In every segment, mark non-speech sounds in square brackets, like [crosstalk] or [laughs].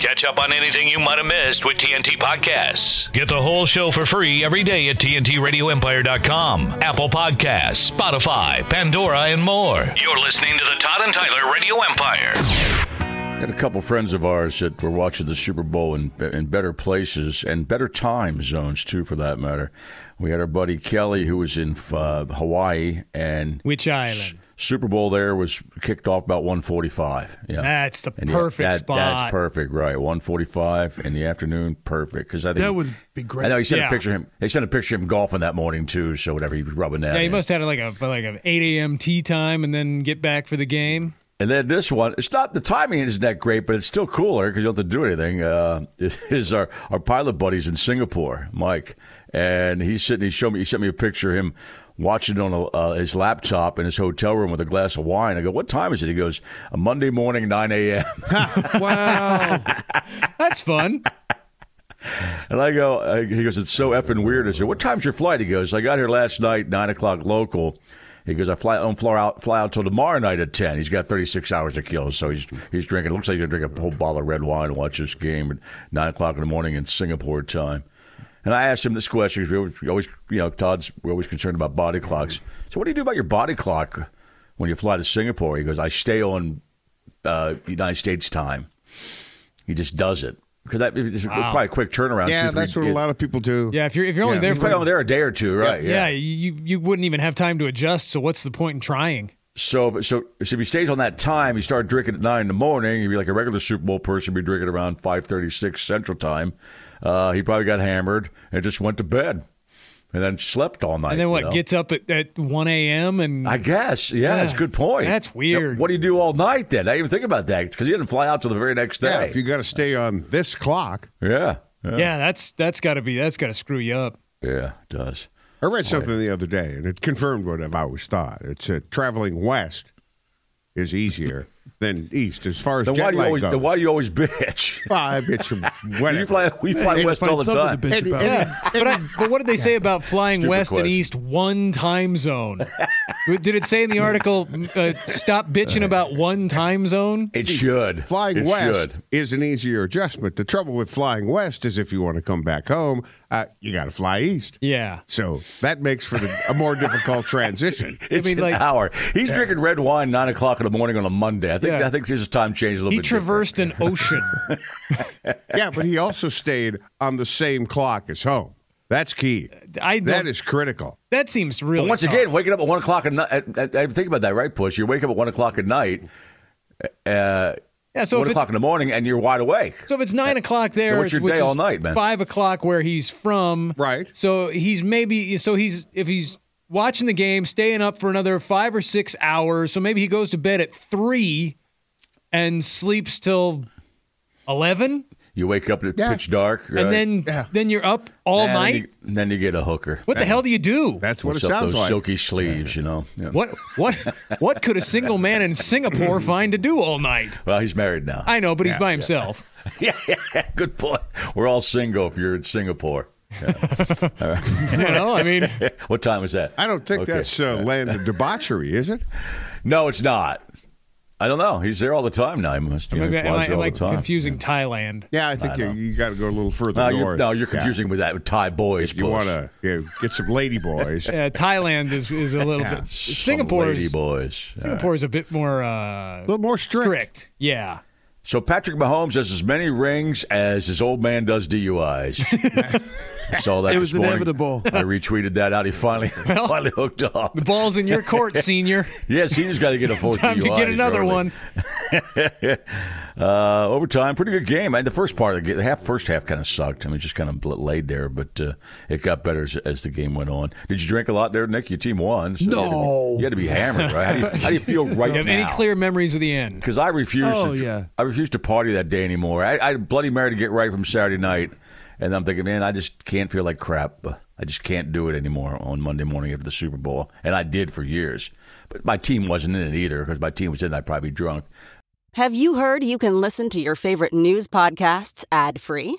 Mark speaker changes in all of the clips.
Speaker 1: Catch up on anything you might have missed with TNT Podcasts. Get the whole show for free every day at TNTRadioEmpire.com, Apple Podcasts, Spotify, Pandora, and more. You're listening to the Todd and Tyler Radio Empire.
Speaker 2: Got a couple friends of ours that were watching the Super Bowl in, in better places and better time zones, too, for that matter. We had our buddy Kelly, who was in uh, Hawaii, and
Speaker 3: Which island?
Speaker 2: Super Bowl there was kicked off about 1:45. Yeah,
Speaker 3: That's the
Speaker 2: And yeah,
Speaker 3: perfect
Speaker 2: that-
Speaker 3: spot.
Speaker 2: That's perfect, right? 1:45 in the afternoon, perfect. Because I think
Speaker 4: That would be great.
Speaker 2: I know he sent a
Speaker 3: Yeah.
Speaker 2: picture of him. They sent a picture of him golfing that morning too. So whatever, he was rubbing that.
Speaker 3: Yeah, you
Speaker 2: in.
Speaker 3: must have had like a like a 8 a.m. tea time and then get back for the game.
Speaker 2: And then this one, it's not the timing isn't that great, but it's still cooler because you don't have to do anything. Uh, [laughs] is our our pilot buddies in Singapore, Mike, and he's sitting. He showed me. He sent me a picture of him watching on a, uh, his laptop in his hotel room with a glass of wine. I go, "What time is it?" He goes, "A Monday morning, nine a.m."
Speaker 3: Wow, [laughs] that's fun.
Speaker 2: And I go, uh, he goes, it's so effing weird. I said, what time's your flight? He goes, I got here last night, nine o'clock local. He goes, I fly, I don't fly out, fly out till tomorrow night at ten. He's got thirty six hours to kill, so he's he's drinking. Looks like he's gonna drink a whole bottle of red wine and watch this game at nine o'clock in the morning in Singapore time. And I asked him this question because we always- we always, you know, Todd's we're always concerned about body clocks. So what do you do about your body clock when you fly to Singapore? He goes, I stay on uh, United States time. He just does it because that it's probably a quick turnaround.
Speaker 5: Yeah,
Speaker 2: too, for
Speaker 5: that's
Speaker 2: you-
Speaker 5: what a lot of people do.
Speaker 3: Yeah, if you're if you're only
Speaker 5: Yeah.
Speaker 3: there
Speaker 2: You're probably
Speaker 3: for
Speaker 2: only there a day or two, right?
Speaker 3: yeah, you you wouldn't even have time to adjust. So what's the point in trying?
Speaker 2: So, so, so if he stays on that time, he start drinking at nine in the morning. He'd be like a regular Super Bowl person, be drinking around five thirty six Central Time. Uh, he probably got hammered and just went to bed, and then slept all night.
Speaker 3: And then
Speaker 2: you
Speaker 3: what?
Speaker 2: know?
Speaker 3: Gets up at, at 1 a.m. and
Speaker 2: I guess, yeah, that's a good point.
Speaker 3: That's
Speaker 2: You know,
Speaker 3: weird.
Speaker 2: what do you do all night then? I didn't even think about that because he didn't fly out till the very next day.
Speaker 5: Yeah, if you got to stay on this clock.
Speaker 2: yeah, yeah,
Speaker 3: yeah, that's that's got to be that's got to screw you up.
Speaker 2: yeah, it does.
Speaker 5: I read something the other day, and it confirmed what I've always thought. It's uh, traveling west
Speaker 2: [laughs]
Speaker 5: is easier than east as far as
Speaker 2: Then why
Speaker 5: jet
Speaker 2: do you
Speaker 5: lag
Speaker 2: always?
Speaker 5: goes.
Speaker 2: Then why do you always [laughs] bitch?
Speaker 5: Well,
Speaker 2: [laughs]
Speaker 5: I bet you whatever.
Speaker 2: you fly, we fly
Speaker 5: Hey,
Speaker 2: west all the time.
Speaker 4: something to bitch
Speaker 5: And-
Speaker 4: about.
Speaker 5: and-
Speaker 3: But, I, but what did they say about flying
Speaker 2: Stupid
Speaker 3: west
Speaker 2: question.
Speaker 3: and east one time zone? did it say in the article, uh, stop bitching about one time zone?
Speaker 2: It should.
Speaker 5: Flying
Speaker 2: It
Speaker 5: west
Speaker 2: should.
Speaker 5: is an easier adjustment. The trouble with flying west is if you want to come back home, uh, you got to fly east.
Speaker 3: Yeah.
Speaker 5: So that makes for the, a more
Speaker 2: [laughs]
Speaker 5: difficult transition.
Speaker 2: It's
Speaker 3: mean,
Speaker 2: an
Speaker 3: like-
Speaker 2: hour. He's drinking red wine nine o'clock in the morning on a Monday. I think
Speaker 3: Yeah.
Speaker 2: I think his time changed a little
Speaker 3: He
Speaker 2: bit. [laughs]
Speaker 3: traversed an ocean.
Speaker 5: Yeah, but he also stayed on the same clock as home. That's key.
Speaker 3: I don't-
Speaker 5: That is critical.
Speaker 3: that seems
Speaker 2: different.
Speaker 3: really
Speaker 2: But once
Speaker 3: tough.
Speaker 2: again, waking up at one o'clock at night. At, at, at- think about that, right, Push? You wake up at one o'clock at night, uh,
Speaker 3: yeah, so
Speaker 2: one
Speaker 3: if,
Speaker 2: o'clock
Speaker 3: it's,
Speaker 2: in the morning, and you're wide awake.
Speaker 3: so if it's nine o'clock there,
Speaker 2: what's
Speaker 3: it's-
Speaker 2: your
Speaker 3: which
Speaker 2: day
Speaker 3: is
Speaker 2: all night, man?
Speaker 3: Five o'clock where he's from.
Speaker 5: Right.
Speaker 3: So he's maybe so he's if he's watching the game, staying up for another five or six hours. So maybe he goes to bed at three and sleeps till eleven,
Speaker 2: You wake up at
Speaker 5: Yeah.
Speaker 2: pitch dark, right?
Speaker 3: and then
Speaker 5: Yeah.
Speaker 3: then you're up all
Speaker 2: And
Speaker 3: night.
Speaker 2: Then you, then you get a hooker.
Speaker 3: what the hell do you do?
Speaker 5: That's what it
Speaker 2: Lifts up
Speaker 5: sounds
Speaker 2: those
Speaker 5: like.
Speaker 2: silky sleeves, you know. Yeah.
Speaker 3: What what what could a single man in Singapore find to do all night?
Speaker 2: Well, he's married now.
Speaker 3: I know, but he's by himself.
Speaker 2: [laughs] yeah, yeah, good point. We're all single if you're in Singapore.
Speaker 3: You know, I mean,
Speaker 2: What time is that?
Speaker 5: I don't think
Speaker 2: Okay.
Speaker 5: that's uh, land of debauchery, is it?
Speaker 2: No, it's not. I don't know. He's there all the time now. He must be
Speaker 3: Am I,
Speaker 2: flies
Speaker 3: am I,
Speaker 2: there all
Speaker 3: am I
Speaker 2: the time.
Speaker 3: confusing Thailand?
Speaker 5: [laughs] Yeah, I think you, you got to go a little further
Speaker 2: No, you're,
Speaker 5: north.
Speaker 2: no, you're
Speaker 5: Yeah.
Speaker 2: confusing with that with Thai boys.
Speaker 5: You want to yeah, get some lady [laughs] boys.
Speaker 3: Yeah, Uh, Thailand is, is a little bit. Singapore
Speaker 2: lady
Speaker 3: is
Speaker 2: boys.
Speaker 3: Singapore is a bit more uh,
Speaker 5: A little more strict.
Speaker 3: strict. Yeah.
Speaker 2: So Patrick Mahomes has as many rings as his old man does
Speaker 5: [laughs]
Speaker 2: DUIs. I saw that.
Speaker 4: It
Speaker 2: this
Speaker 4: was
Speaker 2: morning.
Speaker 4: inevitable.
Speaker 2: I retweeted that out. He
Speaker 3: [laughs]
Speaker 2: finally finally hooked up.
Speaker 3: The ball's in your court, senior.
Speaker 2: Yes, he's got to get a full
Speaker 3: [laughs] Time to
Speaker 2: DUI
Speaker 3: get another
Speaker 2: shortly.
Speaker 3: one.
Speaker 2: Uh, overtime, pretty good game. And the first part of the game, the half, first half kind of sucked. I mean, just kind of bl- laid there, but uh, it got better as, as the game went on. Did you drink a lot there, Nick? Your team won. so you had to be-
Speaker 4: No.
Speaker 2: You had to be hammered, right? How do you, how do you
Speaker 3: [laughs]
Speaker 2: feel right
Speaker 3: You have
Speaker 2: now?
Speaker 3: any clear memories of the end?
Speaker 2: because I refused.
Speaker 4: Oh,
Speaker 2: to,
Speaker 4: yeah.
Speaker 2: I refused to party that day anymore. I, I had Bloody Mary to get right from Saturday night, and I'm thinking, man, I just can't feel like crap. I just can't do it anymore on Monday morning after the Super Bowl, and I did for years. But my team wasn't in it either because my team was in. it, I'd probably be drunk.
Speaker 6: Have you heard you can listen to your favorite news podcasts ad free?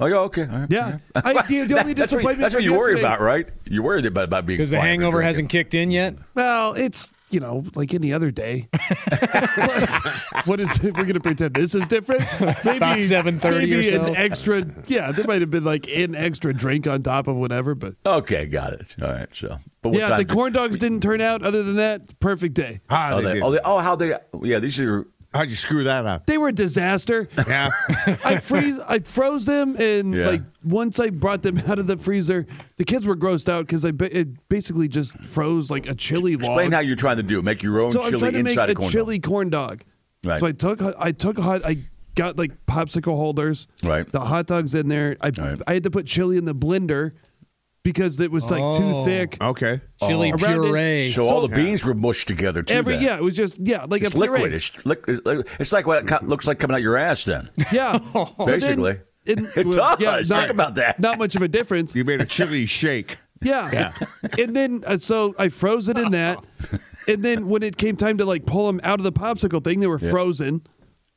Speaker 2: Oh, yeah, okay. all right.
Speaker 4: Yeah. I, the, the only
Speaker 2: [laughs] That's what, you-
Speaker 4: disappointment
Speaker 2: that's what
Speaker 4: from
Speaker 2: you worry
Speaker 4: yesterday-
Speaker 2: about, right? You worried about, about being
Speaker 3: Because the
Speaker 2: fired for
Speaker 3: hangover
Speaker 2: drinking.
Speaker 3: hasn't kicked in yet.
Speaker 4: Well, it's you know like any other day. It's like, what is it? We're gonna pretend this is different. Maybe
Speaker 3: 7:30 or
Speaker 4: Maybe
Speaker 3: so.
Speaker 4: an extra. Yeah, there might have been like an extra drink on top of whatever. But
Speaker 2: Okay, got it. All right, so but what
Speaker 4: yeah,
Speaker 2: time
Speaker 4: the
Speaker 2: did-
Speaker 4: corn dogs didn't turn out. Other than that, perfect day.
Speaker 5: How
Speaker 2: Oh,
Speaker 5: they
Speaker 2: they,
Speaker 5: did.
Speaker 2: oh, they, oh, how they? Yeah, these are.
Speaker 5: How'd you screw that up?
Speaker 4: They were a disaster.
Speaker 5: Yeah.
Speaker 4: [laughs] I freeze. I froze them, and
Speaker 2: Yeah.
Speaker 4: like once I brought them out of the freezer, the kids were grossed out because I ba- it basically just froze like a chili log.
Speaker 2: Explain how you're trying to do. Make your own
Speaker 4: so
Speaker 2: chili
Speaker 4: I'm trying to make
Speaker 2: inside a
Speaker 4: a
Speaker 2: corn dog.
Speaker 4: chili corn dog.
Speaker 2: Right.
Speaker 4: So I took I took hot I got like popsicle holders.
Speaker 2: Right.
Speaker 4: The hot dogs in there. I
Speaker 2: Right.
Speaker 4: I had to put chili in the blender because it was like too
Speaker 3: Oh.
Speaker 4: thick.
Speaker 5: Okay.
Speaker 3: Chili
Speaker 4: Around it.
Speaker 3: puree.
Speaker 2: So, all the beans were mushed together too.
Speaker 4: Every
Speaker 2: then.
Speaker 4: yeah, it was just yeah, like
Speaker 2: it's
Speaker 4: a puree.
Speaker 2: liquid. It's, li- it's li- it's like what it co- looks like coming out your ass. Then [laughs]
Speaker 4: Yeah.
Speaker 2: Basically.
Speaker 4: Then,
Speaker 2: [laughs] It does.
Speaker 4: not-
Speaker 2: Think about that.
Speaker 4: Not much of a difference.
Speaker 5: You made a [laughs] chili shake.
Speaker 4: Yeah. and then uh, so I froze it in
Speaker 2: [laughs]
Speaker 4: that. And then when it came time to like pull them out of the popsicle thing, they were frozen.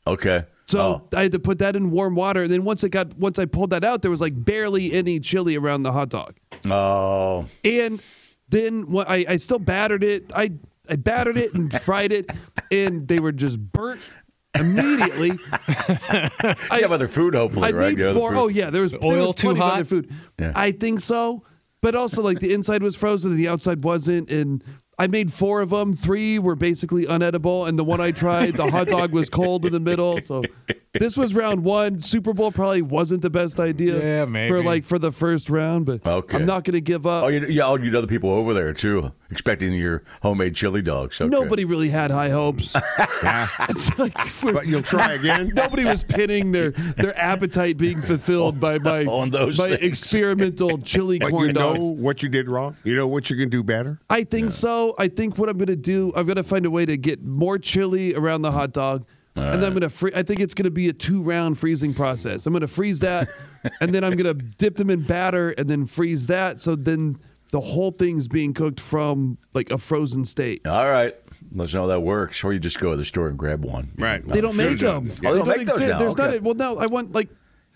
Speaker 2: okay. Oh.
Speaker 4: So I had to put that in warm water. And then once it got once I pulled that out, there was like barely any chili around the hot dog.
Speaker 2: oh, oh,
Speaker 4: And then what I, I still battered it. I I battered it
Speaker 2: [laughs]
Speaker 4: and fried it, and they were just burnt
Speaker 2: [laughs]
Speaker 4: immediately.
Speaker 2: I have other food. Hopefully,
Speaker 4: I
Speaker 2: right?
Speaker 4: made
Speaker 2: You have
Speaker 4: four.
Speaker 2: other
Speaker 4: Oh
Speaker 2: food.
Speaker 4: yeah, there was there
Speaker 3: oil
Speaker 4: was
Speaker 3: too
Speaker 4: plenty of
Speaker 3: hot?
Speaker 4: Other food.
Speaker 2: Yeah.
Speaker 4: I think so, but also like the inside was frozen and the outside wasn't. And I made four of them. Three were basically unedible, and the one I tried, the hot dog was cold in the middle. So this was round one. Super Bowl probably wasn't the best idea.
Speaker 3: Yeah, maybe.
Speaker 4: for like for the first round, but
Speaker 2: Okay.
Speaker 4: I'm not going to give up.
Speaker 2: Oh, you, yeah. Oh, you know the people over there too, expecting your homemade chili dogs. Okay.
Speaker 4: Nobody really had high hopes. It's like we're-
Speaker 5: But you'll [laughs] try again.
Speaker 4: Nobody was pinning their, their appetite being fulfilled by my,
Speaker 2: [laughs] On those
Speaker 4: my
Speaker 2: things.
Speaker 4: experimental chili
Speaker 5: But
Speaker 4: corn
Speaker 5: you know
Speaker 4: dogs.
Speaker 5: what you did wrong. You know what you can do better.
Speaker 4: I think so. I think what I'm going to do, I'm going to find a way to get more chili around the hot dog. and then I'm going to free I think it's going to be a two-round freezing process. I'm going to freeze
Speaker 1: [laughs]
Speaker 4: that and then I'm going to dip them in batter and then freeze that so then the whole thing's being cooked from like a frozen state.
Speaker 2: All right. Let's know how that works. Or you just go to the store and grab one.
Speaker 5: Right.
Speaker 4: They don't make
Speaker 5: Sure.
Speaker 4: them.
Speaker 5: Oh, they
Speaker 2: don't make those
Speaker 4: exist.
Speaker 2: now.
Speaker 4: There's
Speaker 2: Okay.
Speaker 4: not a, well no, I want like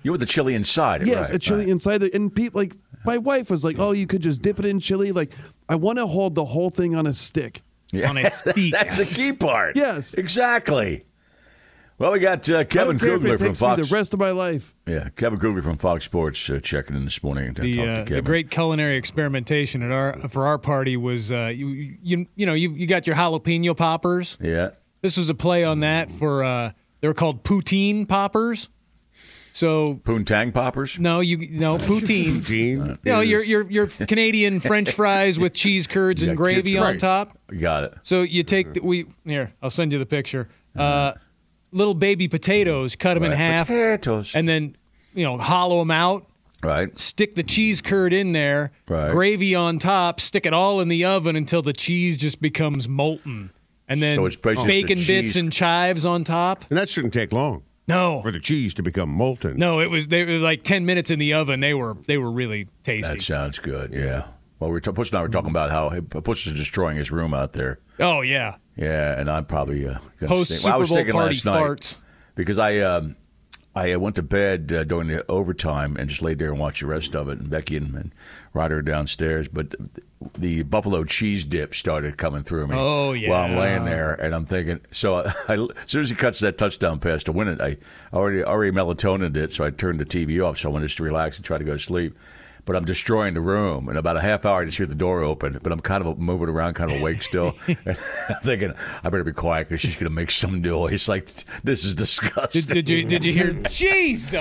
Speaker 2: You want the chili inside it,
Speaker 4: Yes,
Speaker 2: right,
Speaker 4: a chili
Speaker 2: [laughs] right.
Speaker 4: inside the and people like my wife was like, "Oh, you could just dip it in chili." Like, I want to hold the whole thing on a stick.
Speaker 3: [laughs] On a steak.
Speaker 2: That's the key part.
Speaker 4: Yes.
Speaker 2: exactly. Well, we got uh, Kevin
Speaker 4: I don't care if it
Speaker 2: Kugler from
Speaker 4: takes me
Speaker 2: Fox.
Speaker 4: the rest of my life.
Speaker 2: yeah, Kevin Kugler from Fox Sports uh, checking in this morning. and
Speaker 3: the,
Speaker 2: talked to
Speaker 3: uh, the
Speaker 2: Kevin.
Speaker 3: great culinary experimentation at our for our party was uh, you you you know you you got your jalapeno poppers.
Speaker 2: Yeah.
Speaker 3: This was a play on that for uh, they were called poutine poppers. So
Speaker 2: Poontang poppers.
Speaker 3: no, you
Speaker 2: [laughs]
Speaker 3: no poutine.
Speaker 5: [laughs] Gene.
Speaker 3: No,
Speaker 5: is-
Speaker 3: your your your Canadian French fries with cheese curds
Speaker 2: [laughs]
Speaker 3: and
Speaker 2: Yeah,
Speaker 3: gravy
Speaker 2: kids-
Speaker 3: on
Speaker 2: right.
Speaker 3: top.
Speaker 2: Got it.
Speaker 3: So you take the, we here. I'll send you the picture. Uh, little baby potatoes, cut them in
Speaker 2: Right.
Speaker 3: half,
Speaker 2: Potatoes.
Speaker 3: and then you know hollow them out.
Speaker 2: right.
Speaker 3: Stick the cheese curd in there,
Speaker 2: Right.
Speaker 3: gravy on top. Stick it all in the oven until the cheese just becomes molten, and then
Speaker 2: So it's basically
Speaker 3: bacon
Speaker 2: the
Speaker 3: bits
Speaker 2: cheese-
Speaker 3: and chives on top.
Speaker 5: And that shouldn't take long
Speaker 3: No,
Speaker 5: for the cheese to become molten.
Speaker 3: no, it was they were like ten minutes in the oven. They were they were really tasty.
Speaker 2: That sounds good. Yeah. Well, we're t- Puss and I were talking about how hey, Puss is destroying his room out there.
Speaker 3: oh yeah,
Speaker 2: Yeah, and I'm probably uh, gonna
Speaker 3: Post
Speaker 2: stay- well, I was
Speaker 3: Super Bowl
Speaker 2: thinking
Speaker 3: party
Speaker 2: last night
Speaker 3: farts.
Speaker 2: because I um, I uh, went to bed uh, during the overtime and just laid there and watched the rest of it. And Becky and, and Ryder are downstairs, but the buffalo cheese dip started coming through me.
Speaker 3: Oh,
Speaker 2: While I'm
Speaker 3: yeah.
Speaker 2: laying there, and I'm thinking. So I, [laughs] I, as soon as he cuts that touchdown pass to win it, I already already melatonin it, so I turned the TV off. So I wanted just to relax and try to go to sleep. But I'm destroying the room. In about a half hour, I just hear the door open. But I'm kind of moving around, kind of awake
Speaker 3: [laughs]
Speaker 2: still. and [laughs] I'm thinking, I better be quiet because she's going to make some noise. [laughs] Like, this is disgusting.
Speaker 3: Did, did you did
Speaker 2: [laughs]
Speaker 3: you hear Jesus?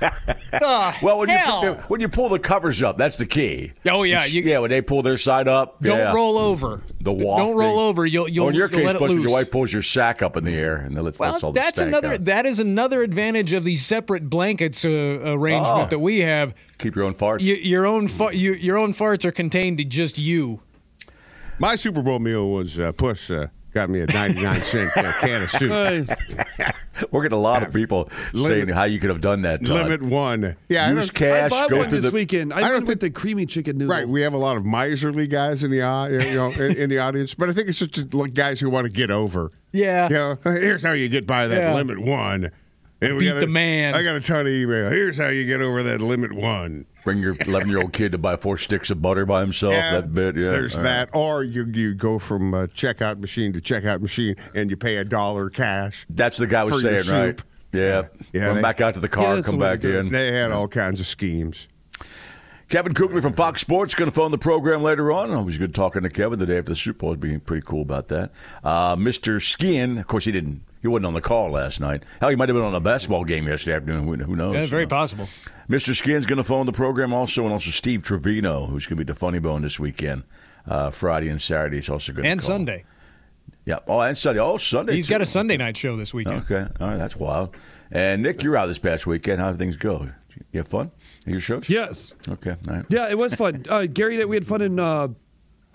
Speaker 3: The
Speaker 2: well, when you,
Speaker 3: hell?
Speaker 2: pull- when you pull the covers up, that's the key.
Speaker 3: Oh, yeah, you-
Speaker 2: yeah, when they pull their side up.
Speaker 3: Don't
Speaker 2: yeah.
Speaker 3: roll over.
Speaker 2: The
Speaker 3: D-
Speaker 2: waft
Speaker 3: Don't roll
Speaker 2: thing.
Speaker 3: over. You'll you'll,
Speaker 2: Well, in your
Speaker 3: you'll
Speaker 2: case,
Speaker 3: let it
Speaker 2: Buster,
Speaker 3: loose.
Speaker 2: your wife pulls your sack up in the air, and then let's
Speaker 3: well,
Speaker 2: that's all the
Speaker 3: that's
Speaker 2: stank
Speaker 3: another.
Speaker 2: out.
Speaker 3: That is another advantage of the separate blankets uh,
Speaker 2: Oh.
Speaker 3: arrangement that we have.
Speaker 2: Keep your own farts.
Speaker 3: Y your own fa- you, your own farts are contained to just you.
Speaker 5: My Super Bowl meal was uh, Puss uh, got me a 99 cent uh, can of [laughs] soup.
Speaker 4: Nice.
Speaker 2: We're getting a lot of people saying how you could have done that. Todd.
Speaker 5: Limit one. Yeah, I
Speaker 2: Use
Speaker 5: don't-
Speaker 4: I
Speaker 2: cash.
Speaker 4: bought
Speaker 2: go
Speaker 4: one
Speaker 2: through
Speaker 4: this
Speaker 2: the
Speaker 4: weekend. I,
Speaker 5: I don't
Speaker 4: went with
Speaker 5: think-
Speaker 4: the creamy chicken noodle.
Speaker 5: Right, we have a lot of miserly guys in the eye, you know, in, in the audience, but I think it's just like guys who want to get over.
Speaker 3: Yeah.
Speaker 5: You know, here's how you get by that
Speaker 3: Yeah.
Speaker 5: limit one. And
Speaker 3: Beat the man.
Speaker 5: I got a ton of email. Here's how you get over that limit one.
Speaker 2: Bring your 11 year old kid to buy four sticks of butter by himself. That bit, yeah. Uh,
Speaker 5: There's
Speaker 2: All right.
Speaker 5: that, or you you go from uh, checkout machine to checkout machine, and you pay a dollar cash.
Speaker 2: That's the guy was
Speaker 5: for your
Speaker 2: saying, right?
Speaker 5: soup.
Speaker 2: Yeah.
Speaker 5: Yeah,
Speaker 2: Run
Speaker 5: they-
Speaker 2: back out to the
Speaker 4: Yeah,
Speaker 2: car,
Speaker 4: that's
Speaker 2: come
Speaker 4: the way
Speaker 2: back
Speaker 4: to do it.
Speaker 2: in.
Speaker 5: They had all kinds of schemes.
Speaker 2: Kevin Kugler from Fox Sports going to phone the program later on. It was good talking to Kevin the day after the Super Bowl. It'd be pretty cool about that. Uh, Mr. Skin, of course, he didn't. He wasn't on the call last night. Hell, he might have been on a basketball game yesterday afternoon. Who, who knows?
Speaker 3: Yeah, very
Speaker 2: Uh,
Speaker 3: possible.
Speaker 2: Mr. Skin's going to phone the program also, and also Steve Trevino, who's going to be at the Funny Bone this weekend, uh, Friday and Saturday. He's also going to
Speaker 3: And
Speaker 2: call.
Speaker 3: Sunday,
Speaker 2: Yeah. Oh, and Sunday. Oh, Sunday.
Speaker 3: he's
Speaker 2: too.
Speaker 3: got a Sunday night show this weekend.
Speaker 2: Okay. All right. That's wild. And Nick, you're out this past weekend. How did things go? You have fun? At your shows?
Speaker 4: Yes.
Speaker 2: Okay. All right.
Speaker 4: Yeah, it was fun. Uh, Gary, we had fun in uh,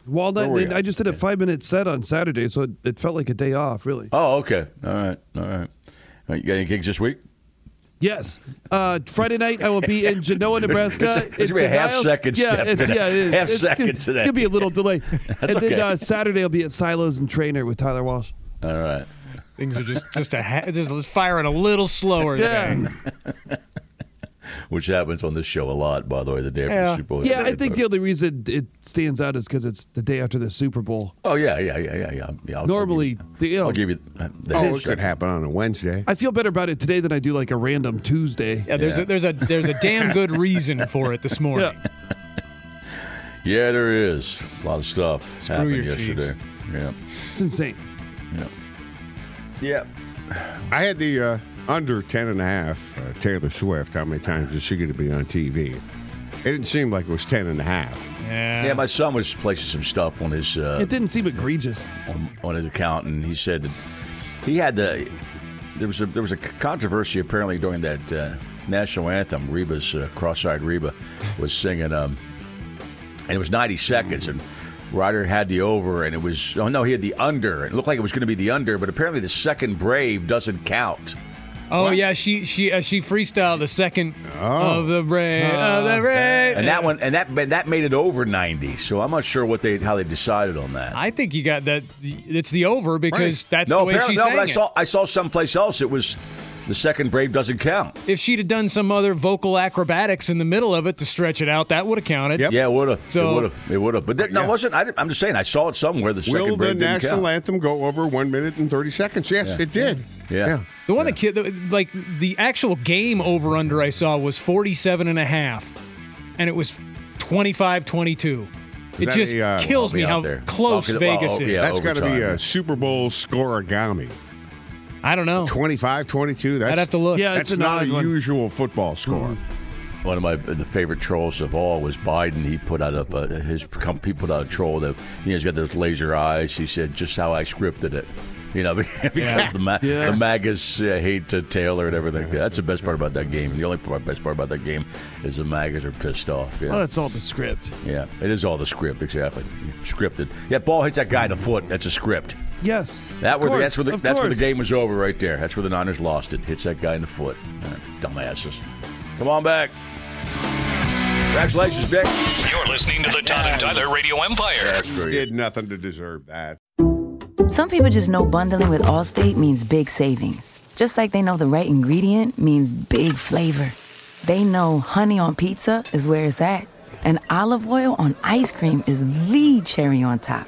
Speaker 4: Walnut.
Speaker 2: Where were
Speaker 4: Then
Speaker 2: you?
Speaker 4: I just did a five minute set on Saturday, so it, it felt like a day off, really.
Speaker 2: Oh, okay. All right. All right. Uh, You got any gigs this week?
Speaker 4: Yes. Uh, Friday night, I will be
Speaker 2: [laughs]
Speaker 4: in Genoa, Nebraska.
Speaker 2: it's gonna be a half
Speaker 4: Niles-
Speaker 2: second
Speaker 4: yeah,
Speaker 2: step.
Speaker 4: It's, yeah, it is.
Speaker 2: Half
Speaker 4: it's,
Speaker 2: second
Speaker 4: It's
Speaker 2: today.
Speaker 4: going to be a little delay.
Speaker 2: [laughs]
Speaker 4: and
Speaker 2: okay.
Speaker 4: then uh, Saturday, I'll be at Silos and Trainer with Tyler Walsh.
Speaker 2: All right.
Speaker 3: Things are just just a ha- just firing a little slower. today.
Speaker 4: Yeah.
Speaker 2: Which happens on this show a lot, by the way, the day after the
Speaker 3: Yeah.
Speaker 2: Super Bowl.
Speaker 4: Yeah, I think the only reason it stands out is because it's the day after the Super Bowl.
Speaker 2: Oh, yeah, yeah, yeah, yeah, yeah. yeah I'll-
Speaker 4: Normally, the, you know,
Speaker 2: I'll give you. I'll give you the
Speaker 5: Oh, it could happen on a Wednesday.
Speaker 4: I feel better about it today than I do like a random Tuesday.
Speaker 3: Yeah, there's A, there's a there's a damn good reason for it this morning.
Speaker 4: Yeah.
Speaker 2: Yeah, there is. A lot of stuff
Speaker 3: Screw
Speaker 2: happened
Speaker 3: your
Speaker 2: yesterday. Yeah.
Speaker 4: It's insane.
Speaker 2: Yeah.
Speaker 5: I had the uh, under 10 and a half uh, Taylor Swift. How many times is she going to be on TV? It didn't seem like it was 10 and a half.
Speaker 3: Yeah.
Speaker 2: Yeah, my son was placing some stuff on his uh,
Speaker 4: It didn't seem egregious.
Speaker 2: on, on his account, and he said that he had the there was a there was a controversy apparently during that uh, national anthem. Reba's uh, cross-eyed Reba was singing, um, and it was 90 seconds, and Ryder had the over, and it was oh no, he had the under. It looked like it was going to be the under, but apparently the second brave doesn't count.
Speaker 3: Oh yeah, she she uh, she freestyled the second
Speaker 2: Oh.
Speaker 3: of the brave of the brave.
Speaker 2: And that one, and that and that made it over 90. So I'm not sure what they how they decided on that.
Speaker 3: I think you got that. It's the over because that's
Speaker 2: no,
Speaker 3: the way
Speaker 2: apparently
Speaker 3: she
Speaker 2: no.
Speaker 3: sang
Speaker 2: But I
Speaker 3: it.
Speaker 2: saw I saw someplace else. It was the second brave doesn't count.
Speaker 3: If she'd have done some other vocal acrobatics in the middle of it to stretch it out, that would have counted.
Speaker 5: Yep.
Speaker 2: Yeah, it would have. it
Speaker 3: So-
Speaker 2: would have. It would have. But there, no, it
Speaker 5: Yeah.
Speaker 2: wasn't. I didn't, I'm just saying. I saw it somewhere. The
Speaker 5: Will
Speaker 2: second
Speaker 5: the
Speaker 2: break didn't
Speaker 5: national
Speaker 2: count.
Speaker 5: anthem go over one minute and 30 seconds? Yes, it did.
Speaker 2: Yeah.
Speaker 3: The one that kid that- like the actual game over under I saw was 47 and a half and it was 25-22. It
Speaker 5: that
Speaker 3: just
Speaker 5: a, uh,
Speaker 3: kills
Speaker 2: I'll be
Speaker 3: me
Speaker 2: out
Speaker 3: how
Speaker 2: there.
Speaker 3: close
Speaker 2: Well, 'cause- well,
Speaker 3: Vegas
Speaker 2: oh,
Speaker 3: is.
Speaker 2: yeah. Oh.
Speaker 5: That's got to be
Speaker 2: overtime.
Speaker 5: a Super Bowl scoregami.
Speaker 3: I don't know.
Speaker 5: 25, 22. That's,
Speaker 3: I'd have to look.
Speaker 7: Yeah,
Speaker 5: that's
Speaker 7: it's an
Speaker 5: not a
Speaker 7: odd one.
Speaker 5: usual football score.
Speaker 2: Hmm. One of my the favorite trolls of all was Biden. He put out a uh, his com- he put out a troll that you know he's got those laser eyes. He said just how I scripted it, you know, [laughs] because the ma-
Speaker 7: Yeah.
Speaker 2: the MAGAs uh, hate to Taylor and everything. That's the best part about that game. The only part, best part about that game is the MAGAs are pissed off. Yeah,
Speaker 7: Oh, that's all the script.
Speaker 2: yeah. It is all the script exactly scripted. Yeah, ball hits that guy in the foot. That's a script.
Speaker 7: Yes.
Speaker 2: That
Speaker 7: of
Speaker 2: where the,
Speaker 7: course,
Speaker 2: that's where the,
Speaker 7: of
Speaker 2: that's where the
Speaker 7: course.
Speaker 2: game was over right there. That's where the Niners lost it. Hits that guy in the foot. All right, Dumbasses. Come on back. Congratulations, Vic.
Speaker 1: You're listening to the Todd and Tyler Radio Empire.
Speaker 2: That's great.
Speaker 5: Did nothing to deserve that.
Speaker 8: Some people just know bundling with Allstate means big savings. Just like they know the right ingredient means big flavor. They know honey on pizza is where it's at, and olive oil on ice cream is the cherry on top.